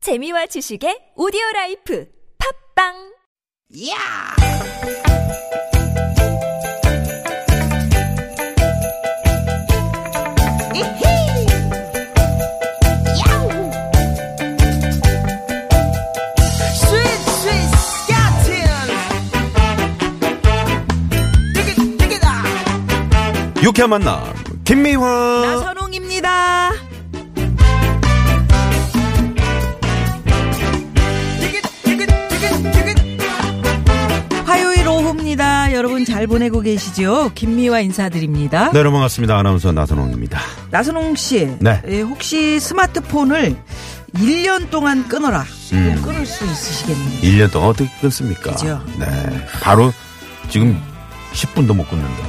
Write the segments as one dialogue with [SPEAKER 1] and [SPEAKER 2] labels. [SPEAKER 1] 재미와 지식의 오디오 라이프 팝빵
[SPEAKER 2] 야! 이히! 야우! 스윗 스윗 스카틴! 띠깃 띠깃아!
[SPEAKER 3] 유쾌한 만남 김미화
[SPEAKER 2] 나선홍입니다. 띠깃 띠깃 띠깃 띠깃
[SPEAKER 4] 화요일 오후입니다. 여러분 잘 보내고 계시죠? 김미화 인사드립니다.
[SPEAKER 3] 네 여러분 반갑습니다 아나운서 나선홍입니다
[SPEAKER 4] 나선홍 씨,
[SPEAKER 3] 네.
[SPEAKER 4] 예, 혹시 스마트폰을 1년 동안 끊어라. 뭐
[SPEAKER 3] 음.
[SPEAKER 4] 끊을 수 있으시겠네요.
[SPEAKER 3] 1년 동안 어떻게 끊습니까
[SPEAKER 4] 그죠.
[SPEAKER 3] 네 바로 지금 10분도 못 끊는데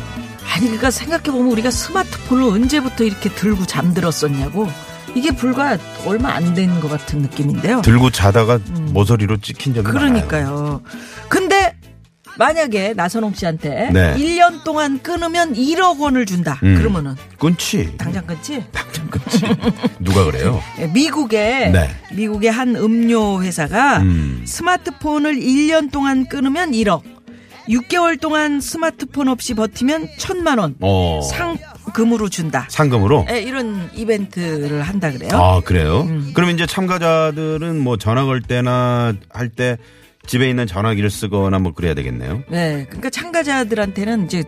[SPEAKER 4] 아니 그러니까 생각해 보면 우리가 스마트폰을 언제부터 이렇게 들고 잠들었었냐고. 이게 불과 얼마 안 된 것 같은 느낌인데요.
[SPEAKER 3] 들고 자다가 모서리로 찍힌 적이 많아요
[SPEAKER 4] 음. 그러니까요. 근데 만약에 나선홍 씨한테
[SPEAKER 3] 네.
[SPEAKER 4] 1년 동안 끊으면 1억 원을 준다.
[SPEAKER 3] 음.
[SPEAKER 4] 그러면은
[SPEAKER 3] 끊지
[SPEAKER 4] 당장 끊지?
[SPEAKER 3] 당장 끊지 누가 그래요
[SPEAKER 4] 예, 미국의
[SPEAKER 3] 네.
[SPEAKER 4] 미국의 한 음료 회사가
[SPEAKER 3] 음.
[SPEAKER 4] 스마트폰을 1년 동안 끊으면 1억, 6개월 동안 스마트폰 없이 버티면 천만 원
[SPEAKER 3] 어
[SPEAKER 4] 상금으로 준다.
[SPEAKER 3] 상금으로
[SPEAKER 4] 예, 이런 이벤트를 한다 그래요.
[SPEAKER 3] 아 그래요
[SPEAKER 4] 음.
[SPEAKER 3] 그럼 이제 참가자들은 뭐 전화 걸 때나 할 때 집에 있는 전화기를 쓰거나 뭐 그래야 되겠네요
[SPEAKER 4] 네, 그러니까 참가자들한테는 이제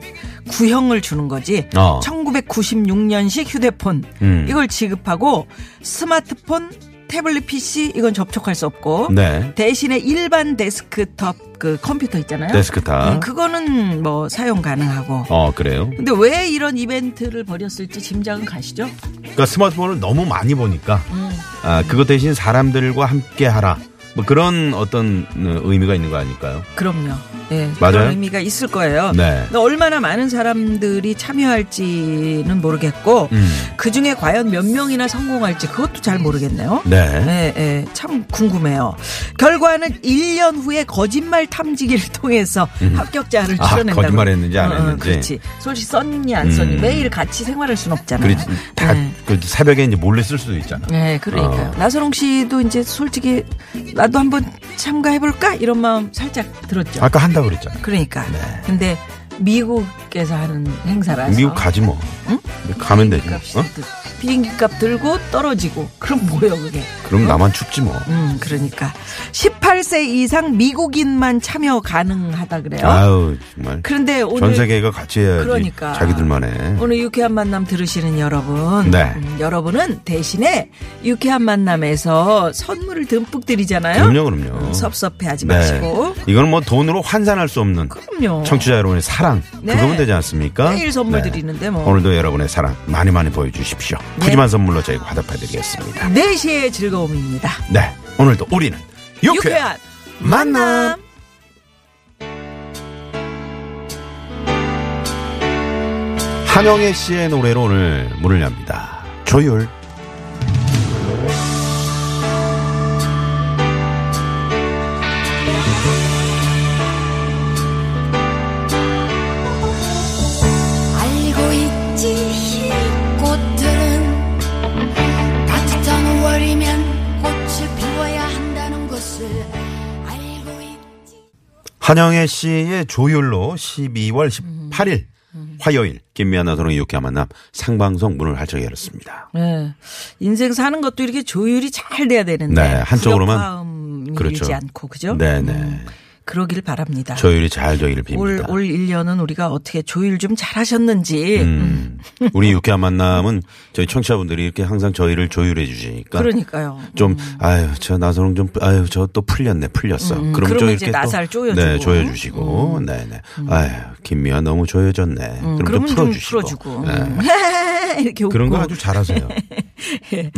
[SPEAKER 4] 구형을 주는 거지.
[SPEAKER 3] 어.
[SPEAKER 4] 1996년식 휴대폰
[SPEAKER 3] 음.
[SPEAKER 4] 이걸 지급하고 스마트폰, 태블릿 PC 이건 접촉할 수 없고
[SPEAKER 3] 네
[SPEAKER 4] 대신에 일반 데스크톱 그 컴퓨터 있잖아요.
[SPEAKER 3] 데스크탑
[SPEAKER 4] 음, 그거는 뭐 사용 가능하고.
[SPEAKER 3] 어 그래요
[SPEAKER 4] 근데 왜 이런 이벤트를 벌였을지 짐작은 가시죠?
[SPEAKER 3] 그러니까 스마트폰을 너무 많이 보니까
[SPEAKER 4] 음.
[SPEAKER 3] 아, 그것 대신 사람들과 함께하라 뭐 그런 어떤 어, 의미가 있는 거 아닐까요?
[SPEAKER 4] 그럼요. 예,
[SPEAKER 3] 맞아요?
[SPEAKER 4] 그런 의미가 있을 거예요.
[SPEAKER 3] 네.
[SPEAKER 4] 근데 얼마나 많은 사람들이 참여할지는 모르겠고
[SPEAKER 3] 음.
[SPEAKER 4] 그 중에 과연 몇 명이나 성공할지 그것도 잘 모르겠네요.
[SPEAKER 3] 네.
[SPEAKER 4] 예, 예, 참 궁금해요. 결과는 1년 후에 거짓말 탐지기를 통해서 합격자를
[SPEAKER 3] 아,
[SPEAKER 4] 추려낸다고. 어,
[SPEAKER 3] 거짓말했는지 안 했는지.
[SPEAKER 4] 그렇지. 솔직히 썼니 안 썼니
[SPEAKER 3] 음.
[SPEAKER 4] 매일 같이 생활할 순 없잖아요.
[SPEAKER 3] 그리지 다
[SPEAKER 4] 네.
[SPEAKER 3] 그 새벽에 이제 몰래 쓸 수도 있잖아.
[SPEAKER 4] 네, 그러니까요.
[SPEAKER 3] 어.
[SPEAKER 4] 나선홍 씨도 이제 솔직히 나도 한번 참가해볼까 이런 마음 살짝 들었죠.
[SPEAKER 3] 아까 네. 한다 그랬잖아.
[SPEAKER 4] 그러니까. 근데 미국에서 하는 행사라서
[SPEAKER 3] 미국 가지 뭐.
[SPEAKER 4] 응?
[SPEAKER 3] 가면 되지.
[SPEAKER 4] 값이
[SPEAKER 3] 어?
[SPEAKER 4] 들- 비행기 값 들고 떨어지고 그럼 뭐예요 그게?
[SPEAKER 3] 그럼 나만 춥지 뭐.
[SPEAKER 4] 음, 그러니까 18세 이상 미국인만 참여 가능하다 그래요.
[SPEAKER 3] 아유 정말
[SPEAKER 4] 그런데
[SPEAKER 3] 전
[SPEAKER 4] 오늘
[SPEAKER 3] 세계가 같이 해야지.
[SPEAKER 4] 그러니까.
[SPEAKER 3] 자기들만의.
[SPEAKER 4] 오늘 유쾌한 만남 들으시는 여러분,
[SPEAKER 3] 네.
[SPEAKER 4] 음, 여러분은 대신에 유쾌한 만남에서 선물을 듬뿍 드리잖아요.
[SPEAKER 3] 그럼요, 그럼요.
[SPEAKER 4] 음, 섭섭해하지
[SPEAKER 3] 네.
[SPEAKER 4] 마시고.
[SPEAKER 3] 이거는 뭐 돈으로 환산할 수 없는
[SPEAKER 4] 그럼요. 뭐.
[SPEAKER 3] 청취자 여러분의 사랑
[SPEAKER 4] 네.
[SPEAKER 3] 그거면 되지 않습니까? 네.
[SPEAKER 4] 매일 선물 드리는데 뭐.
[SPEAKER 3] 오늘도 여러분의 사랑 많이 많이 보여주십시오. 푸짐한 선물로 저희가 화답해드리겠습니다.
[SPEAKER 4] 4시의 즐거움입니다.
[SPEAKER 3] 네, 오늘도 우리는 유쾌한
[SPEAKER 4] 유쾌한
[SPEAKER 3] 만남.
[SPEAKER 4] 만남.
[SPEAKER 3] 한영애 씨의 노래로 오늘 문을 엽니다. 조율.
[SPEAKER 5] 알고 있지 이 꽃들은 따뜻한 5월이면 꽃을 피워야 한다는 것을 알고 있지
[SPEAKER 3] 한영애 씨의 조율로 12월 18일 화요일 김미아나 소롱의 유쾌한 만남 상방송 문을 활짝 열었습니다.
[SPEAKER 4] 예. 인생 사는 것도 이렇게 조율이 잘 돼야 되는데.
[SPEAKER 3] 네, 한쪽으로만.
[SPEAKER 4] 불협화음이
[SPEAKER 3] 그렇죠.
[SPEAKER 4] 일지 않고, 그죠?
[SPEAKER 3] 네네.
[SPEAKER 4] 그러길 바랍니다.
[SPEAKER 3] 조율이 잘 되기를 빕니다.
[SPEAKER 4] 올, 올 1년은 우리가 어떻게 조율 좀 잘 하셨는지.
[SPEAKER 3] 음. 우리 유쾌한 만남은 저희 청취자분들이 이렇게 항상 저희를 조율해 주시니까
[SPEAKER 4] 그러니까요.
[SPEAKER 3] 좀 아유 저 나선홍 좀 아유 저 또 풀렸네 풀렸어. 그럼
[SPEAKER 4] 음, 그러면
[SPEAKER 3] 좀
[SPEAKER 4] 이제
[SPEAKER 3] 이렇게 또,
[SPEAKER 4] 나살 조여주고.
[SPEAKER 3] 네 조여주시고 네네 아유 김미아 너무 조여졌네.
[SPEAKER 4] 음,
[SPEAKER 3] 그럼
[SPEAKER 4] 그러면
[SPEAKER 3] 또
[SPEAKER 4] 좀
[SPEAKER 3] 풀어주시고.
[SPEAKER 4] 풀어주고. 음.
[SPEAKER 3] 네.
[SPEAKER 4] 이렇게 웃고. 예.
[SPEAKER 3] 그런 거 아주 잘하세요. 네.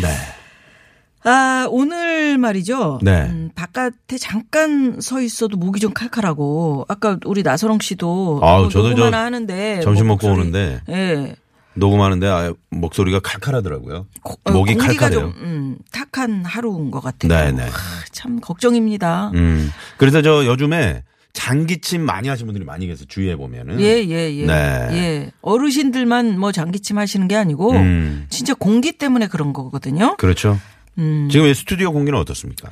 [SPEAKER 4] 아, 오늘 말이죠.
[SPEAKER 3] 네.
[SPEAKER 4] 음, 바깥에 잠깐 서 있어도 목이 좀 칼칼하고 아까 우리 나선홍 씨도
[SPEAKER 3] 아우,
[SPEAKER 4] 뭐
[SPEAKER 3] 저도
[SPEAKER 4] 녹음
[SPEAKER 3] 저
[SPEAKER 4] 하나 하는데
[SPEAKER 3] 점심
[SPEAKER 4] 뭐
[SPEAKER 3] 먹고
[SPEAKER 4] 목소리-
[SPEAKER 3] 오는데
[SPEAKER 4] 예.
[SPEAKER 3] 녹음하는데 아, 목소리가 칼칼하더라고요.
[SPEAKER 4] 고- 어,
[SPEAKER 3] 목이
[SPEAKER 4] 공기가
[SPEAKER 3] 칼칼해요.
[SPEAKER 4] 좀 음, 탁한 하루인 것 같아요.
[SPEAKER 3] 네네.
[SPEAKER 4] 아, 참 걱정입니다.
[SPEAKER 3] 음. 그래서 저 요즘에 장기침 많이 하시는 분들이 많이 계세요. 주위에 보면은.
[SPEAKER 4] 예, 예, 예.
[SPEAKER 3] 네.
[SPEAKER 4] 예. 어르신들만 뭐 장기침 하시는 게 아니고
[SPEAKER 3] 음.
[SPEAKER 4] 진짜 공기 때문에 그런 거거든요.
[SPEAKER 3] 그렇죠.
[SPEAKER 4] 음.
[SPEAKER 3] 지금 이 스튜디오 공기는 어떻습니까?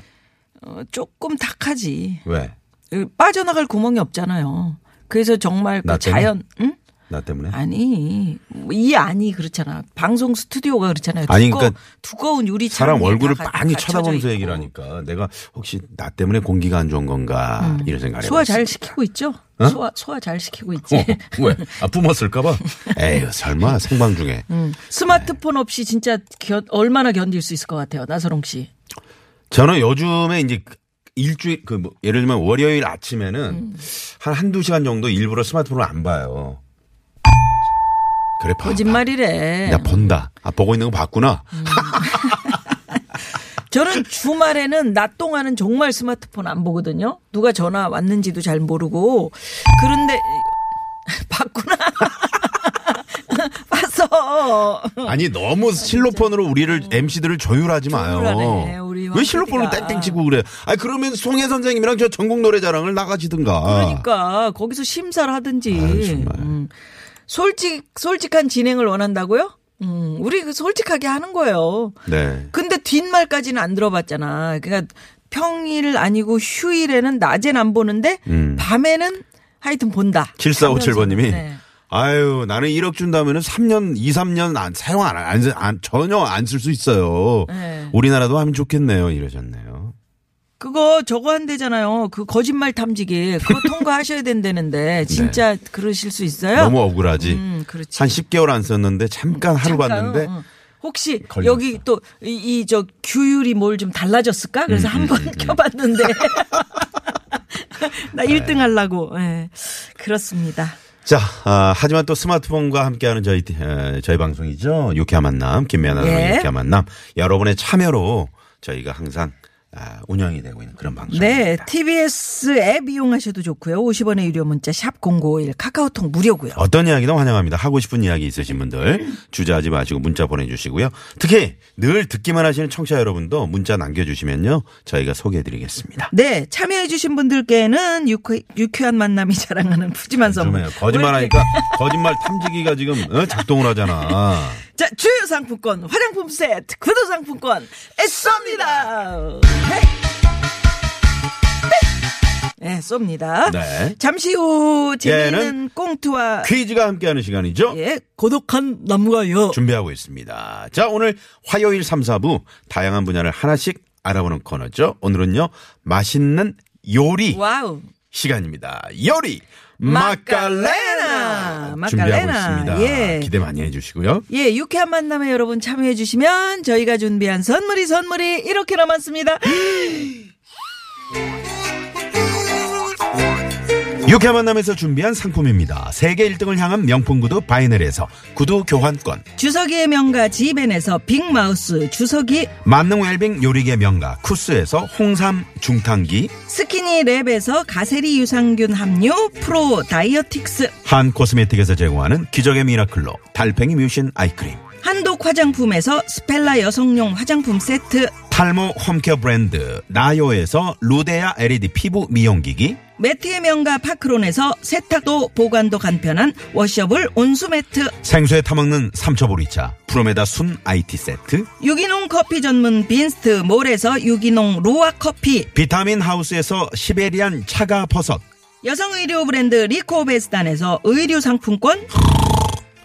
[SPEAKER 4] 어, 조금 탁하지.
[SPEAKER 3] 왜?
[SPEAKER 4] 으, 빠져나갈 구멍이 없잖아요. 그래서 정말 그
[SPEAKER 3] 나 때문에?
[SPEAKER 4] 자연, 응?
[SPEAKER 3] 나 때문에?
[SPEAKER 4] 아니, 뭐 이 안이 그렇잖아. 방송 스튜디오가 그렇잖아요. 두꺼,
[SPEAKER 3] 아니, 그러니까
[SPEAKER 4] 두꺼운 유리창.
[SPEAKER 3] 사람
[SPEAKER 4] 위에
[SPEAKER 3] 얼굴을
[SPEAKER 4] 다 가-
[SPEAKER 3] 많이
[SPEAKER 4] 갇혀져
[SPEAKER 3] 쳐다보면서
[SPEAKER 4] 있고.
[SPEAKER 3] 얘기를 하니까 내가 혹시 나 때문에 공기가 안 좋은 건가 이런 생각을
[SPEAKER 4] 소화 음. 잘
[SPEAKER 3] 해봤습니다.
[SPEAKER 4] 시키고 있죠? 소화, 소화 잘 시키고 있지.
[SPEAKER 3] 어, 왜? 아, 뿜었을까봐? 에휴, 설마 생방 중에.
[SPEAKER 4] 음. 스마트폰 없이 진짜 견- 얼마나 견딜 수 있을 것 같아요. 나서롱 씨.
[SPEAKER 3] 저는 요즘에 이제 일주일, 그, 뭐, 예를 들면 월요일 아침에는
[SPEAKER 4] 음.
[SPEAKER 3] 한 한두 시간 정도 일부러 스마트폰을 안 봐요. 그래, 봐.
[SPEAKER 4] 거짓말이래.
[SPEAKER 3] 나 본다. 아, 보고 있는 거 봤구나.
[SPEAKER 4] 저는 주말에는 낮 동안은 정말 스마트폰 안 보거든요. 누가 전화 왔는지도 잘 모르고. 그런데 봤구나. 봤어.
[SPEAKER 3] 아니, 너무 실로폰으로 우리를, MC들을 조율하지
[SPEAKER 4] 네. 조율하네,
[SPEAKER 3] 마요.
[SPEAKER 4] 우리
[SPEAKER 3] 왜 실로폰으로
[SPEAKER 4] 황피디가.
[SPEAKER 3] 땡땡 치고 그래? 아, 그러면 송혜 선생님이랑 저 전국 노래 자랑을 나가시든가.
[SPEAKER 4] 그러니까 거기서 심사를 하든지.
[SPEAKER 3] 어. 아유, 정말.
[SPEAKER 4] 음. 솔직 솔직한 진행을 원한다고요? 음, 우리 그 솔직하게 하는 거예요.
[SPEAKER 3] 네.
[SPEAKER 4] 근데 뒷말까지는 안 들어봤잖아. 그러니까 평일 아니고 휴일에는 낮엔 안 보는데
[SPEAKER 3] 음.
[SPEAKER 4] 밤에는 하여튼 본다.
[SPEAKER 3] 7457번님이
[SPEAKER 4] 네.
[SPEAKER 3] 아유 나는 1억 준다면은 3년 2, 3년 안 사용 안, 안, 안 전혀 안 쓸 수 있어요.
[SPEAKER 4] 네.
[SPEAKER 3] 우리나라도 하면 좋겠네요. 이러셨네요.
[SPEAKER 4] 그거 저거 한대잖아요. 그 거짓말 탐지기 그거 통과하셔야 된다는데 진짜 그러실 수 있어요?
[SPEAKER 3] 네. 너무 억울하지.
[SPEAKER 4] 음, 그렇지.
[SPEAKER 3] 한 10개월 안 썼는데 잠깐 하루
[SPEAKER 4] 잠깐요.
[SPEAKER 3] 봤는데
[SPEAKER 4] 응. 혹시
[SPEAKER 3] 걸렸어.
[SPEAKER 4] 여기 또 이 저 규율이 뭘 좀 달라졌을까? 그래서
[SPEAKER 3] 음,
[SPEAKER 4] 한번 켜봤는데 나 1등 하려고. 예. 그렇습니다.
[SPEAKER 3] 자 아, 하지만 또 스마트폰과 함께하는 저희 에, 저희 방송이죠. 유쾌한 만남 김미아나
[SPEAKER 4] 예.
[SPEAKER 3] 예. 유쾌한 만남 여러분의 참여로 저희가 항상 아, 운영이 되고 있는 그런 방송입니다.
[SPEAKER 4] 네, TBS 앱 이용하셔도 좋고요. 50원의 유료 문자 샵 #051 카카오톡 무료고요.
[SPEAKER 3] 어떤 이야기든 환영합니다. 하고 싶은 이야기 있으신 분들 주저하지 마시고 문자 보내주시고요. 특히 늘 듣기만 하시는 청취자 여러분도 문자 남겨주시면요. 저희가 소개해드리겠습니다.
[SPEAKER 4] 네, 참여해주신 분들께는 유쾌, 유쾌한 만남이 자랑하는 푸짐한 선물.
[SPEAKER 3] 요즘에 아, 거짓말하니까 거짓말 탐지기가 지금 어? 작동을 하잖아.
[SPEAKER 4] 자, 주요 상품권, 화장품 세트, 구두 상품권, 쏩니다! 네, 쏩니다.
[SPEAKER 3] 네.
[SPEAKER 4] 잠시 후, 재미있는
[SPEAKER 3] 얘는
[SPEAKER 4] 꽁트와,
[SPEAKER 3] 퀴즈가 함께하는 시간이죠.
[SPEAKER 4] 예, 고독한 남과여.
[SPEAKER 3] 준비하고 있습니다. 자, 오늘 화요일 3, 4부 다양한 분야를 하나씩 알아보는 코너죠. 오늘은요. 맛있는 요리
[SPEAKER 4] 와우.
[SPEAKER 3] 시간입니다. 요리
[SPEAKER 4] 마카레나!
[SPEAKER 3] 마카레나 준비하고
[SPEAKER 4] 마카레나,
[SPEAKER 3] 있습니다.
[SPEAKER 4] 예.
[SPEAKER 3] 기대 많이 해주시고요.
[SPEAKER 4] 예, 유쾌한 만남에 여러분 참여해주시면 저희가 준비한 선물이 선물이 이렇게 남았습니다.
[SPEAKER 3] 유쾌 만남에서 준비한 상품입니다. 세계 1등을 향한 명품 구두 바이넬에서 구두 교환권,
[SPEAKER 4] 주석이의 명가 지벤에서 빅마우스 주석이
[SPEAKER 3] 만능 웰빙 요리계 명가 쿠스에서 홍삼 중탕기,
[SPEAKER 4] 스키니랩에서 가세리 유산균 함유 프로 다이어틱스
[SPEAKER 3] 한 코스메틱에서 제공하는 기적의 미라클로 달팽이 뮤신 아이크림,
[SPEAKER 4] 한독 화장품에서 스펠라 여성용 화장품 세트
[SPEAKER 3] 탈모 홈케어 브랜드 나요에서 루데아 LED 피부 미용기기,
[SPEAKER 4] 매트의 명가 파크론에서 세탁도 보관도 간편한 워셔블 온수 매트
[SPEAKER 3] 생수에 타먹는 삼초보리차 프로메다 순 IT 세트,
[SPEAKER 4] 유기농 커피 전문 빈스트 몰에서 유기농 루아 커피
[SPEAKER 3] 비타민 하우스에서 시베리안 차가 버섯
[SPEAKER 4] 여성 의류 브랜드 리코베스단에서 의류 상품권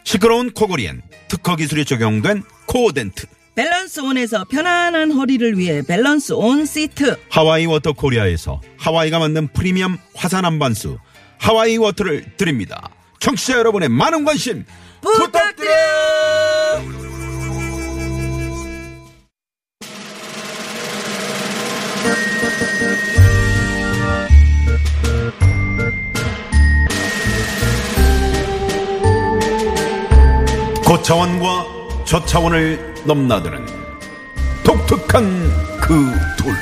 [SPEAKER 3] 시끄러운 코골이엔 특허 기술이 적용된 코어덴트
[SPEAKER 4] 밸런스 온에서 편안한 허리를 위해 밸런스 온 시트
[SPEAKER 3] 하와이 워터 코리아에서 하와이가 만든 프리미엄 화산 한반수 하와이 워터를 드립니다 청취자 여러분의 많은 관심
[SPEAKER 4] 부탁드려요.
[SPEAKER 3] 고차원과 저차원을 넘나드는 독특한 그둘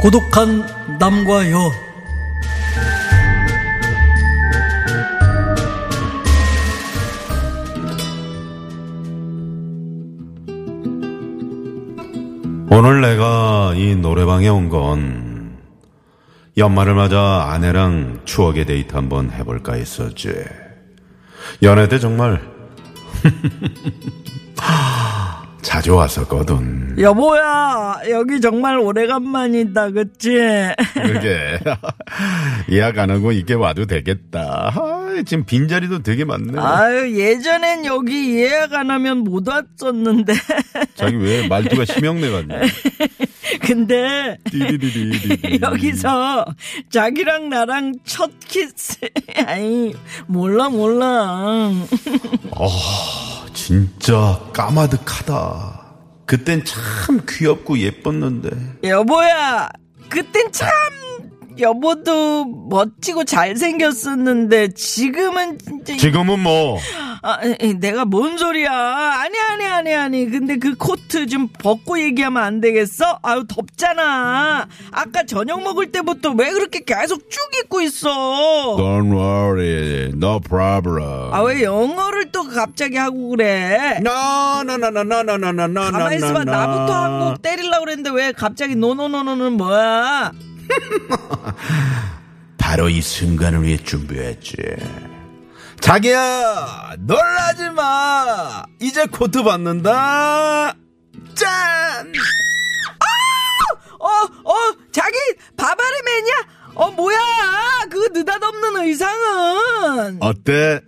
[SPEAKER 6] 고독한 남과 여
[SPEAKER 3] 오늘 내가 이 노래방에 온 건 연말을 맞아 아내랑 추억의 데이트 한번 해볼까 했었지. 연애 때 정말 자주 왔었거든.
[SPEAKER 4] 여보야, 여기 정말 오래간만이다, 그치?
[SPEAKER 3] 그게 예약 안 하고 이게 와도 되겠다. 아, 지금 빈 자리도 되게 많네.
[SPEAKER 4] 아유, 예전엔 여기 예약 안 하면 못 왔었는데.
[SPEAKER 3] 자기 왜 말투가 심형래 같냐?
[SPEAKER 4] 네. 근데,
[SPEAKER 3] 띠리리리리리.
[SPEAKER 4] 여기서 자기랑 나랑 첫 키스. 아이, 몰라, 몰라.
[SPEAKER 3] 진짜 까마득하다. 그땐 참 귀엽고 예뻤는데.
[SPEAKER 4] 여보야, 그땐 참 여보도 멋지고 잘생겼었는데 지금은 진짜
[SPEAKER 3] 지금은 뭐
[SPEAKER 4] 아, 에이, 내가 뭔 소리야? 아니 아니 아니 아니. 근데 그 코트 좀 벗고 얘기하면 안 되겠어? 아유 덥잖아. 아까 저녁 먹을 때부터 왜 그렇게 계속 쭉 입고 있어?
[SPEAKER 3] Don't worry, no problem.
[SPEAKER 4] 아 왜 영어를 또 갑자기 하고 그래?
[SPEAKER 3] No, no, no, no, no, no, no, no, no,
[SPEAKER 4] 가만
[SPEAKER 3] no,
[SPEAKER 4] 있어봐
[SPEAKER 3] no.
[SPEAKER 4] 나부터 한국 때리려고 그랬는데 왜 갑자기 노노노노는 뭐야?
[SPEAKER 3] 바로 이 순간을 위해 준비했지. 자기야, 놀라지 마. 이제 코트 받는다. 짠.
[SPEAKER 4] 어, 어, 자기 바바르맨이야? 어, 뭐야? 그 느닷없는 의상은.
[SPEAKER 3] 어때?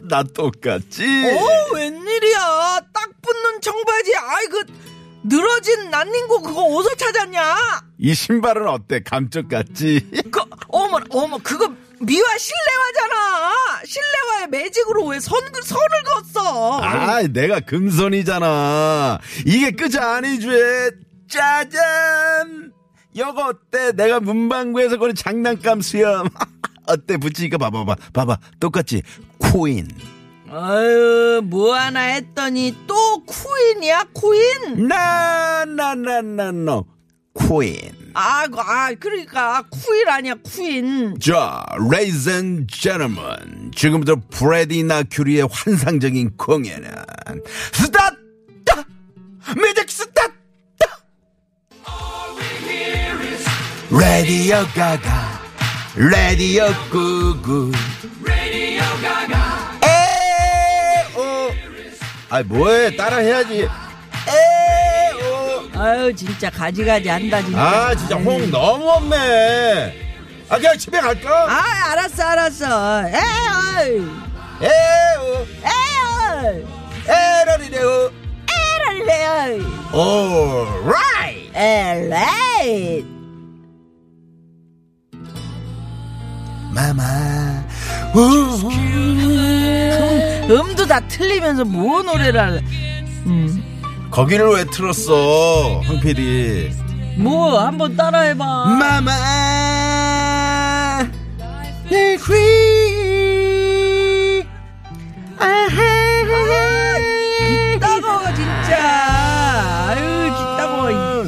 [SPEAKER 3] 나 똑같지.
[SPEAKER 4] 어,
[SPEAKER 3] 예.
[SPEAKER 4] 웬일이야? 딱 붙는 청바지. 아이, 그 늘어진 난닝구 그거 어디서 찾았냐?
[SPEAKER 3] 이 신발은 어때? 감쪽 같지?
[SPEAKER 4] 그, 어머, 어머, 그거 미화 실내화잖아. 실내화에 매직으로 왜 선, 선을 그었어?
[SPEAKER 3] 아, 내가 금손이잖아. 이게 끝이 아니지. 짜잔. 여거 어때? 내가 문방구에서 거는 장난감 수염. 어때? 붙이니까 봐봐봐. 봐봐. 똑같지? 코인.
[SPEAKER 4] 아유, 뭐 하나 했더니 또 쿠인이야, 쿠인?
[SPEAKER 3] 나나나나노 코인
[SPEAKER 4] 아, 그, 아, 그러니까 쿠인 아니야, 쿠인.
[SPEAKER 3] 자 레이즈 앤 제너먼 지금부터 프레디 나큐리의 환상적인 공연은 스타트 뮤직 스타트 레디오 가가 레디오 구구 에오 아 뭐해 따라 해야지 에오
[SPEAKER 4] 아유 진짜 가지가지 한다 진짜.
[SPEAKER 3] 아 진짜 홍 너무 없네 아 그냥 집에
[SPEAKER 4] 아
[SPEAKER 3] 갈까?
[SPEAKER 4] 알았어 알았어. 에이
[SPEAKER 3] 에오 어,
[SPEAKER 4] 에이
[SPEAKER 3] 에러리레오 어.
[SPEAKER 4] 에이
[SPEAKER 3] 오라이
[SPEAKER 4] 에이
[SPEAKER 3] 마마 우
[SPEAKER 4] 음도 다 틀리면서 뭐 노래를 할래?
[SPEAKER 3] 거기를 왜 틀었어 황PD
[SPEAKER 4] 뭐 한번 따라해봐.
[SPEAKER 3] 마마
[SPEAKER 4] 따가워 진짜. 아유 따가워.
[SPEAKER 3] 음.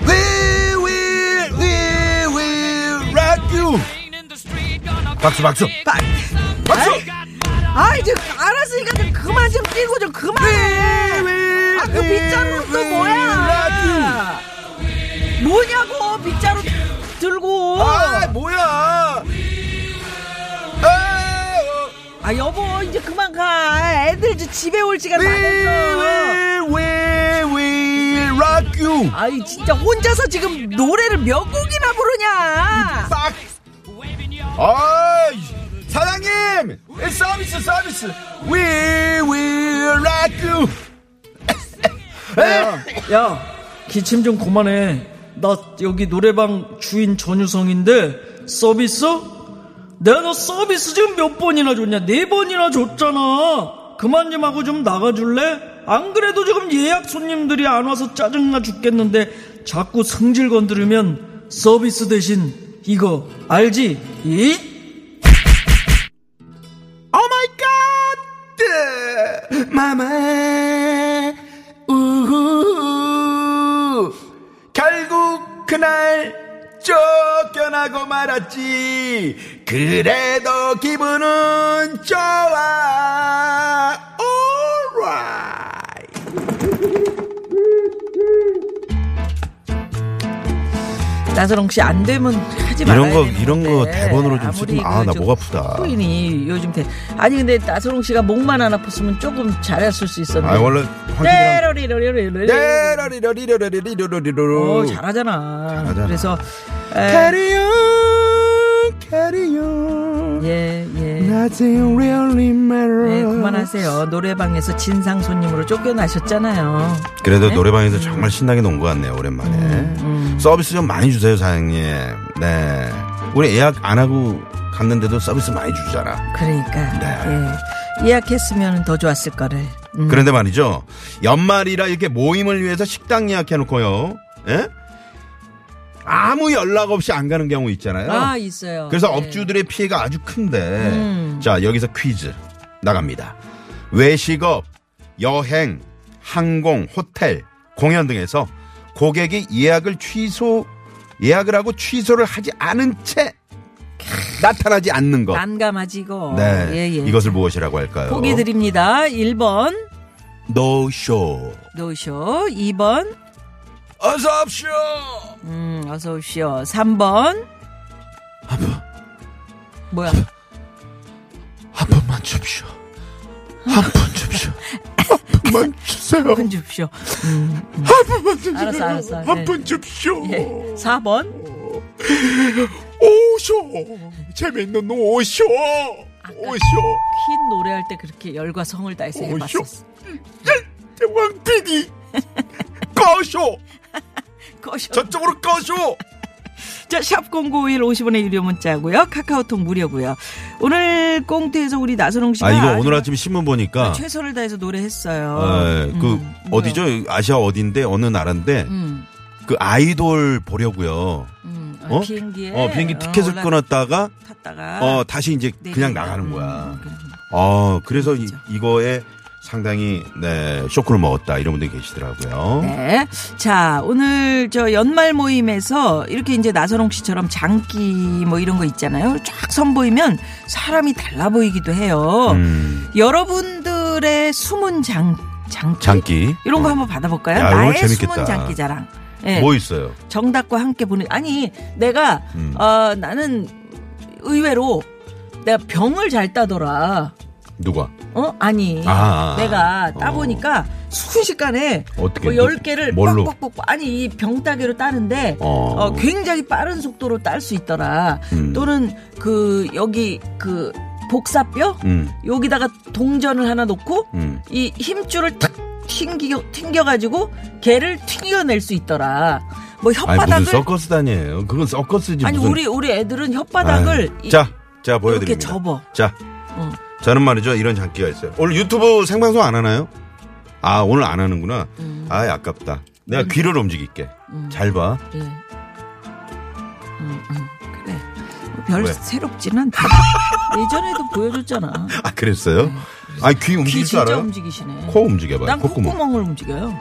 [SPEAKER 3] We will, we will rock you. 박수, 박수. 박수.
[SPEAKER 4] 아 이제 알았으니까 좀 그만 좀 뛰고 좀 그만해. 아 그 빗자루 또 뭐야? 뭐냐고 빗자루 들고.
[SPEAKER 3] 아, 뭐야? 에이,
[SPEAKER 4] 아 여보 이제 그만 가 애들 이제 집에 올 시간 다 됐어
[SPEAKER 3] We will, we will rock you.
[SPEAKER 4] 아이 진짜 혼자서 지금 노래를 몇 곡이나 부르냐
[SPEAKER 3] 싹. 아이, 사장님, 서비스, 서비스. We will rock you.
[SPEAKER 6] 야, 기침 좀 그만해. 나 여기 노래방 주인 전유성인데 서비스? 내가 너 서비스 지금 몇 번이나 줬냐? 네 번이나 줬잖아. 그만 좀 하고 좀 나가줄래? 안 그래도 지금 예약 손님들이 안 와서 짜증나 죽겠는데 자꾸 성질 건드리면 서비스 대신 이거 알지? 이?
[SPEAKER 3] Oh my God. 마마. 우후. 결국 그날 쫓겨나고 말았지. 그래도 기분은 좋아. Alright.
[SPEAKER 4] 나선홍 씨 안 되면 하지 말아야
[SPEAKER 3] 이런 거
[SPEAKER 4] 되는데.
[SPEAKER 3] 이런 거 대본으로 좀
[SPEAKER 4] 아무리
[SPEAKER 3] 쓰면 아나
[SPEAKER 4] 그좀
[SPEAKER 3] 목 아프다.
[SPEAKER 4] 부인이 요즘 대 아니 근데 나선홍 씨가 목만 안 아팠으면 조금 잘했을 수
[SPEAKER 3] 아
[SPEAKER 4] 있었는데.
[SPEAKER 3] 원래 황기랑
[SPEAKER 4] 떼러리러리러리러. 어
[SPEAKER 3] 데러리러리러리러리러리러리러
[SPEAKER 4] 잘하잖아.
[SPEAKER 3] 잘하잖아.
[SPEAKER 4] 그래서 에,
[SPEAKER 3] 캐리온 캐리온
[SPEAKER 4] 예 예.
[SPEAKER 3] Nothing really
[SPEAKER 4] 네,
[SPEAKER 3] matters.
[SPEAKER 4] 그만하세요. 노래방에서 진상 손님으로 쫓겨나셨잖아요.
[SPEAKER 3] 그래도 노래방에서 정말 신나게 논 것 같네요 오랜만에 서비스 좀 많이 주세요 사장님 네 우리 예약 안 하고 갔는데도 서비스 많이 주잖아
[SPEAKER 4] 그러니까
[SPEAKER 3] 네.
[SPEAKER 4] 예. 예약했으면 더 좋았을 거를. 음.
[SPEAKER 3] 그런데 말이죠 연말이라 이렇게 모임을 위해서 식당 예약해 놓고요 예? 아무 연락 없이 안 가는 경우 있잖아요
[SPEAKER 4] 아 있어요.
[SPEAKER 3] 그래서
[SPEAKER 4] 네. 음.
[SPEAKER 3] 업주들의 피해가 아주 큰데 자 여기서 퀴즈 나갑니다 외식업 여행 항공 호텔 공연 등에서 고객이 예약을 취소 예약을 하고 취소를 하지 않은 채 나타나지 않는 것
[SPEAKER 4] 난감하지 이거.
[SPEAKER 3] 네.
[SPEAKER 4] 예, 예.
[SPEAKER 3] 이것을 무엇이라고 할까요?
[SPEAKER 4] 보기 드립니다. 1번
[SPEAKER 3] 노쇼.
[SPEAKER 4] 노쇼, 2번
[SPEAKER 3] 어서 옵쇼.
[SPEAKER 4] 음, 어서 오시오. 3번 뭐야?
[SPEAKER 3] 한 번만 줍쇼. 한 번 줍쇼. 한 번만 주세요.
[SPEAKER 4] 분 줍쇼. 알았어, 알았어. 네. 예.
[SPEAKER 3] 한 번 줍쇼.
[SPEAKER 4] 4번
[SPEAKER 3] 오쇼 재밌는 오쇼 오쇼
[SPEAKER 4] 퀸 노래할 때 그렇게 열과 성을 다해서
[SPEAKER 3] 오쇼.
[SPEAKER 4] 해봤었어.
[SPEAKER 3] 대왕 PD 꺼쇼
[SPEAKER 4] 꺼셔.
[SPEAKER 3] 저쪽으로 꺼쇼
[SPEAKER 4] 자, 샵 0951 50원의 유료 문자고요. 카카오톡 무료고요. 오늘 꽁트에서 우리 나선홍 씨가
[SPEAKER 3] 아 이거 오늘
[SPEAKER 4] 아주
[SPEAKER 3] 아침 신문 보니까
[SPEAKER 4] 최선을 다해서 노래했어요.
[SPEAKER 3] 에, 그
[SPEAKER 4] 음,
[SPEAKER 3] 어디죠 아시아 어딘데 어느 나라인데
[SPEAKER 4] 음,
[SPEAKER 3] 그 아이돌 보려고요
[SPEAKER 4] 음.
[SPEAKER 3] 어?
[SPEAKER 4] 비행기에
[SPEAKER 3] 어 비행기 티켓을
[SPEAKER 4] 올라-
[SPEAKER 3] 끊었다가
[SPEAKER 4] 탔다가
[SPEAKER 3] 어 다시 이제
[SPEAKER 4] 내리니까.
[SPEAKER 3] 그냥 나가는 거야
[SPEAKER 4] 음, 그렇죠. 그렇구나.
[SPEAKER 3] 어 그래서 이,
[SPEAKER 4] 진짜.
[SPEAKER 3] 이거에 상당히 네 쇼크를 먹었다 이런 분들이 계시더라고요
[SPEAKER 4] 네. 자, 오늘 저 연말 모임에서 이렇게 이제 나선홍 씨처럼 장기 뭐 이런 거 있잖아요. 쫙 선보이면 사람이 달라 보이기도 해요.
[SPEAKER 3] 음,
[SPEAKER 4] 여러분들의 숨은 장, 장기.
[SPEAKER 3] 장기 음.
[SPEAKER 4] 이런 거 한번 받아볼까요?
[SPEAKER 3] 야, 이런 거
[SPEAKER 4] 나의
[SPEAKER 3] 재밌겠다.
[SPEAKER 4] 숨은 장기 자랑. 예.
[SPEAKER 3] 뭐 있어요
[SPEAKER 4] 정답과 함께 보내. 아니, 내가,
[SPEAKER 3] 음.
[SPEAKER 4] 어, 나는 의외로 내가 병을 잘 따더라.
[SPEAKER 3] 누가
[SPEAKER 4] 어? 아니.
[SPEAKER 3] 아, 아,
[SPEAKER 4] 내가
[SPEAKER 3] 어.
[SPEAKER 4] 따보니까 순식간에
[SPEAKER 3] 어떻게
[SPEAKER 4] 뭐 10개를
[SPEAKER 3] 뭘로?
[SPEAKER 4] 빡빡빡 아니 이 병따개로 따는데
[SPEAKER 3] 어.
[SPEAKER 4] 어, 굉장히 빠른 속도로 딸 수 있더라.
[SPEAKER 3] 음.
[SPEAKER 4] 또는 그 여기 그 복사뼈
[SPEAKER 3] 음
[SPEAKER 4] 여기다가 동전을 하나 놓고
[SPEAKER 3] 음.
[SPEAKER 4] 이 힘줄을 탁 튕겨 튕겨가지고 개를 튕겨낼 수 있더라. 뭐
[SPEAKER 3] 아니 무슨
[SPEAKER 4] 혓바닥을
[SPEAKER 3] 서커스 단이에요. 그건 서커스지.
[SPEAKER 4] 아니,
[SPEAKER 3] 무슨.
[SPEAKER 4] 우리 우리 애들은
[SPEAKER 3] 아유.
[SPEAKER 4] 혓바닥을 이-
[SPEAKER 3] 자, 자 보여드립니다.
[SPEAKER 4] 이렇게 접어.
[SPEAKER 3] 자,
[SPEAKER 4] 응.
[SPEAKER 3] 저는 말이죠 이런 장기가 있어요. 오늘 유튜브 생방송 안 하나요? 아 오늘 안 하는구나.
[SPEAKER 4] 음.
[SPEAKER 3] 아 아깝다. 내가 귀를 움직일게. 잘 봐.
[SPEAKER 4] 예. 음, 음, 그래. 별
[SPEAKER 3] 왜?
[SPEAKER 4] 새롭지는 않다. 예전에도 보여줬잖아.
[SPEAKER 3] 아 그랬어요? 아 귀
[SPEAKER 4] 음. 귀
[SPEAKER 3] 움직일 줄
[SPEAKER 4] 진짜
[SPEAKER 3] 알아요?
[SPEAKER 4] 움직이시네.
[SPEAKER 3] 코 움직여봐요.
[SPEAKER 4] 난
[SPEAKER 3] 콧구멍.
[SPEAKER 4] 콧구멍을 움직여요.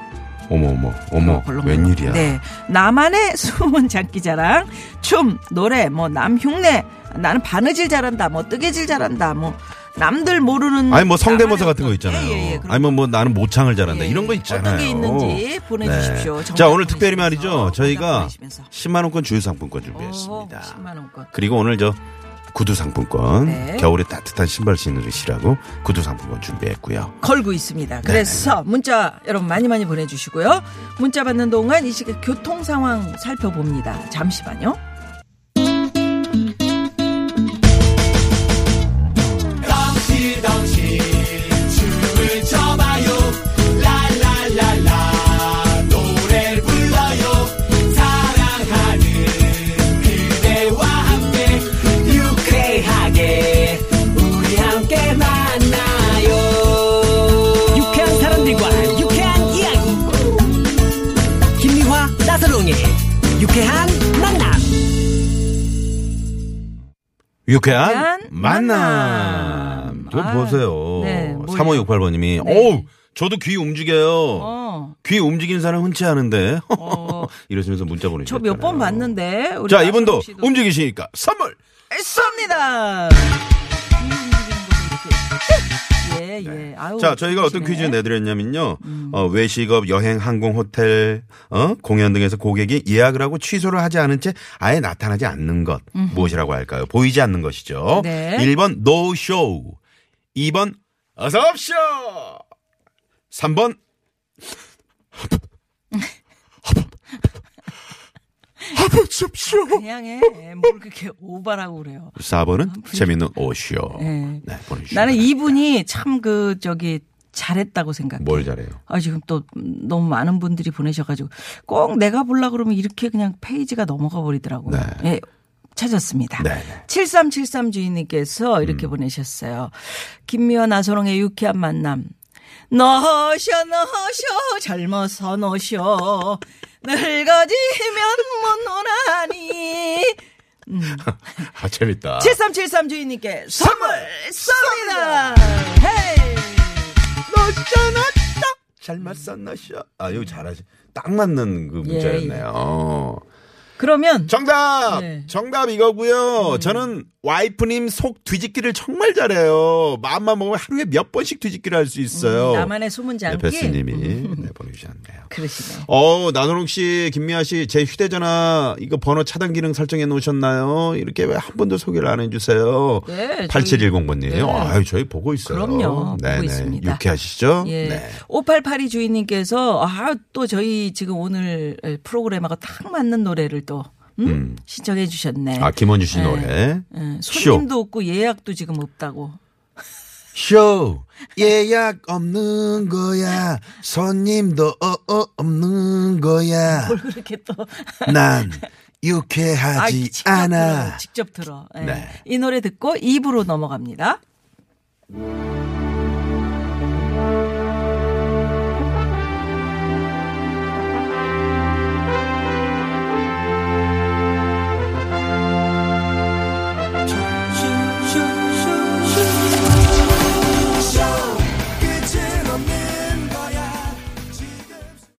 [SPEAKER 3] 어머 어머 어머
[SPEAKER 4] 벌렁벌렁.
[SPEAKER 3] 웬일이야?
[SPEAKER 4] 네. 나만의 숨은 장기자랑, 춤, 노래, 뭐, 남 흉내, 나는 바느질 잘한다, 뭐, 뜨개질 잘한다, 뭐, 남들 모르는.
[SPEAKER 3] 아니 뭐 성대모사
[SPEAKER 4] 음. 나만의
[SPEAKER 3] 같은 거
[SPEAKER 4] 어떤-
[SPEAKER 3] 있잖아요.
[SPEAKER 4] 예, 예, 예. 그런
[SPEAKER 3] 아니 뭐, 뭐 나는 모창을 잘한다
[SPEAKER 4] 예,
[SPEAKER 3] 이런 거
[SPEAKER 4] 예.
[SPEAKER 3] 있잖아요.
[SPEAKER 4] 어떤 게 있는지 보내주십시오.
[SPEAKER 3] 네.
[SPEAKER 4] 정답
[SPEAKER 3] 자 오늘 특별히
[SPEAKER 4] 보내주시면서,
[SPEAKER 3] 말이죠
[SPEAKER 4] 정답
[SPEAKER 3] 저희가
[SPEAKER 4] 보내주시면서.
[SPEAKER 3] 10만 원권 주유 상품권 준비했습니다.
[SPEAKER 4] 오, 10만 어, 원권.
[SPEAKER 3] 그리고 오늘 저 구두 상품권
[SPEAKER 4] 네.
[SPEAKER 3] 겨울에 따뜻한 신발 신으시라고 구두 상품권 준비했고요.
[SPEAKER 4] 걸고
[SPEAKER 3] 네.
[SPEAKER 4] 있습니다. 그래서 문자 여러분 많이 많이 보내주시고요. 문자 받는 동안 이 시각 교통 상황 살펴봅니다. 잠시만요.
[SPEAKER 7] 유쾌한 사람들과 유쾌한 이야기 김미화 나서롱의 유쾌한 만남
[SPEAKER 3] 유쾌한
[SPEAKER 4] 만남.
[SPEAKER 3] 만남. 이거
[SPEAKER 4] 아,
[SPEAKER 3] 보세요.
[SPEAKER 4] 네, 뭐예요?
[SPEAKER 3] 3568번님이
[SPEAKER 4] 네.
[SPEAKER 3] 어우 저도 귀 움직여요.
[SPEAKER 4] 어,
[SPEAKER 3] 귀 움직이는 사람 흔치 않은데
[SPEAKER 4] 어.
[SPEAKER 3] 이러시면서 문자 보내주셨어요.
[SPEAKER 4] 저 몇 번 봤는데. 우리
[SPEAKER 3] 자 이분도
[SPEAKER 4] 나선홍 씨도
[SPEAKER 3] 움직이시니까 선물.
[SPEAKER 4] 쏩니다. 음, 이 움직이는 걸로 이렇게 예, 예. 아유,
[SPEAKER 3] 자, 저희가 어떤 퀴즈
[SPEAKER 4] 좋으시네. 음.
[SPEAKER 3] 내드렸냐면요. 어, 외식업, 여행, 항공, 호텔, 어? 공연 등에서 고객이 예약을 하고 취소를 하지 않은 채 아예 나타나지 않는 것. 무엇이라고 할까요? 보이지 않는 것이죠.
[SPEAKER 4] 네.
[SPEAKER 3] 1번 no show. 2번 어서 옵쇼. 3번
[SPEAKER 4] 그냥 해. 뭘 그렇게 오바라고 그래요.
[SPEAKER 3] 4번은 재밌는 오쇼.
[SPEAKER 4] 아, 네.
[SPEAKER 3] 네, 보내주시면
[SPEAKER 4] 나는 이분이 참 그 저기 잘했다고 생각해.
[SPEAKER 3] 뭘 잘해요?
[SPEAKER 4] 아 지금 또 너무 많은 분들이 보내셔가지고 꼭 내가 볼라 그러면 이렇게 그냥 페이지가 넘어가 버리더라고요.
[SPEAKER 3] 네.
[SPEAKER 4] 예, 찾았습니다.
[SPEAKER 3] 네, 네.
[SPEAKER 4] 7373 주인님께서 이렇게 보내셨어요. 김미연 아서롱의 유쾌한 만남. 너셔 너셔 젊어서 너셔 늙어지면 못 노라니
[SPEAKER 3] 아, 재밌다.
[SPEAKER 4] 7373 주인님께 선물 쏩니다. 헤이.
[SPEAKER 3] 잘 맞았나 쇼. 아, 이거 잘하시. 딱 맞는 그
[SPEAKER 4] 예,
[SPEAKER 3] 문제였네요. 어.
[SPEAKER 4] 그러면
[SPEAKER 3] 정답!
[SPEAKER 4] 네. 음.
[SPEAKER 3] 정답 이거고요. 저는 와이프님 속 뒤집기를 정말 잘해요. 마음만 먹으면 하루에 몇 번씩 뒤집기를 할 수 있어요.
[SPEAKER 4] 나만의 숨은
[SPEAKER 3] 네,
[SPEAKER 4] 장기.
[SPEAKER 3] 베스님이
[SPEAKER 4] 음.
[SPEAKER 3] 네, 보내주셨네요.
[SPEAKER 4] 그러시네.
[SPEAKER 3] 어, 나선홍 씨, 김미아 씨, 제 휴대전화 이거 번호 차단 기능 설정해 놓으셨나요? 이렇게 왜 한 번도 소개를 안 해주세요?
[SPEAKER 4] 네, 저희-
[SPEAKER 3] 8710번님.
[SPEAKER 4] 네.
[SPEAKER 3] 아유, 저희 보고 있어요.
[SPEAKER 4] 그럼요, 보고
[SPEAKER 3] 네네.
[SPEAKER 4] 있습니다.
[SPEAKER 3] 유쾌하시죠?
[SPEAKER 4] 예.
[SPEAKER 3] 네.
[SPEAKER 4] 5882 주인님께서 아, 또 저희 지금 오늘 프로그램하고 딱 맞는 노래를 또 음? 신청해 주셨네.
[SPEAKER 3] 아, 김원주 씨 노래.
[SPEAKER 4] 예,
[SPEAKER 3] 쇼.
[SPEAKER 4] 손님도 없고 예약도 지금 없다고.
[SPEAKER 3] 쇼 예약 없는 거야 손님도 어, 어, 없는 거야
[SPEAKER 4] 뭘 그렇게 또
[SPEAKER 3] 난
[SPEAKER 4] 아,
[SPEAKER 3] 유쾌하지
[SPEAKER 4] 직접 들어. 직접 들어. 예.
[SPEAKER 3] 네.
[SPEAKER 4] 이 노래 듣고 입으로 넘어갑니다.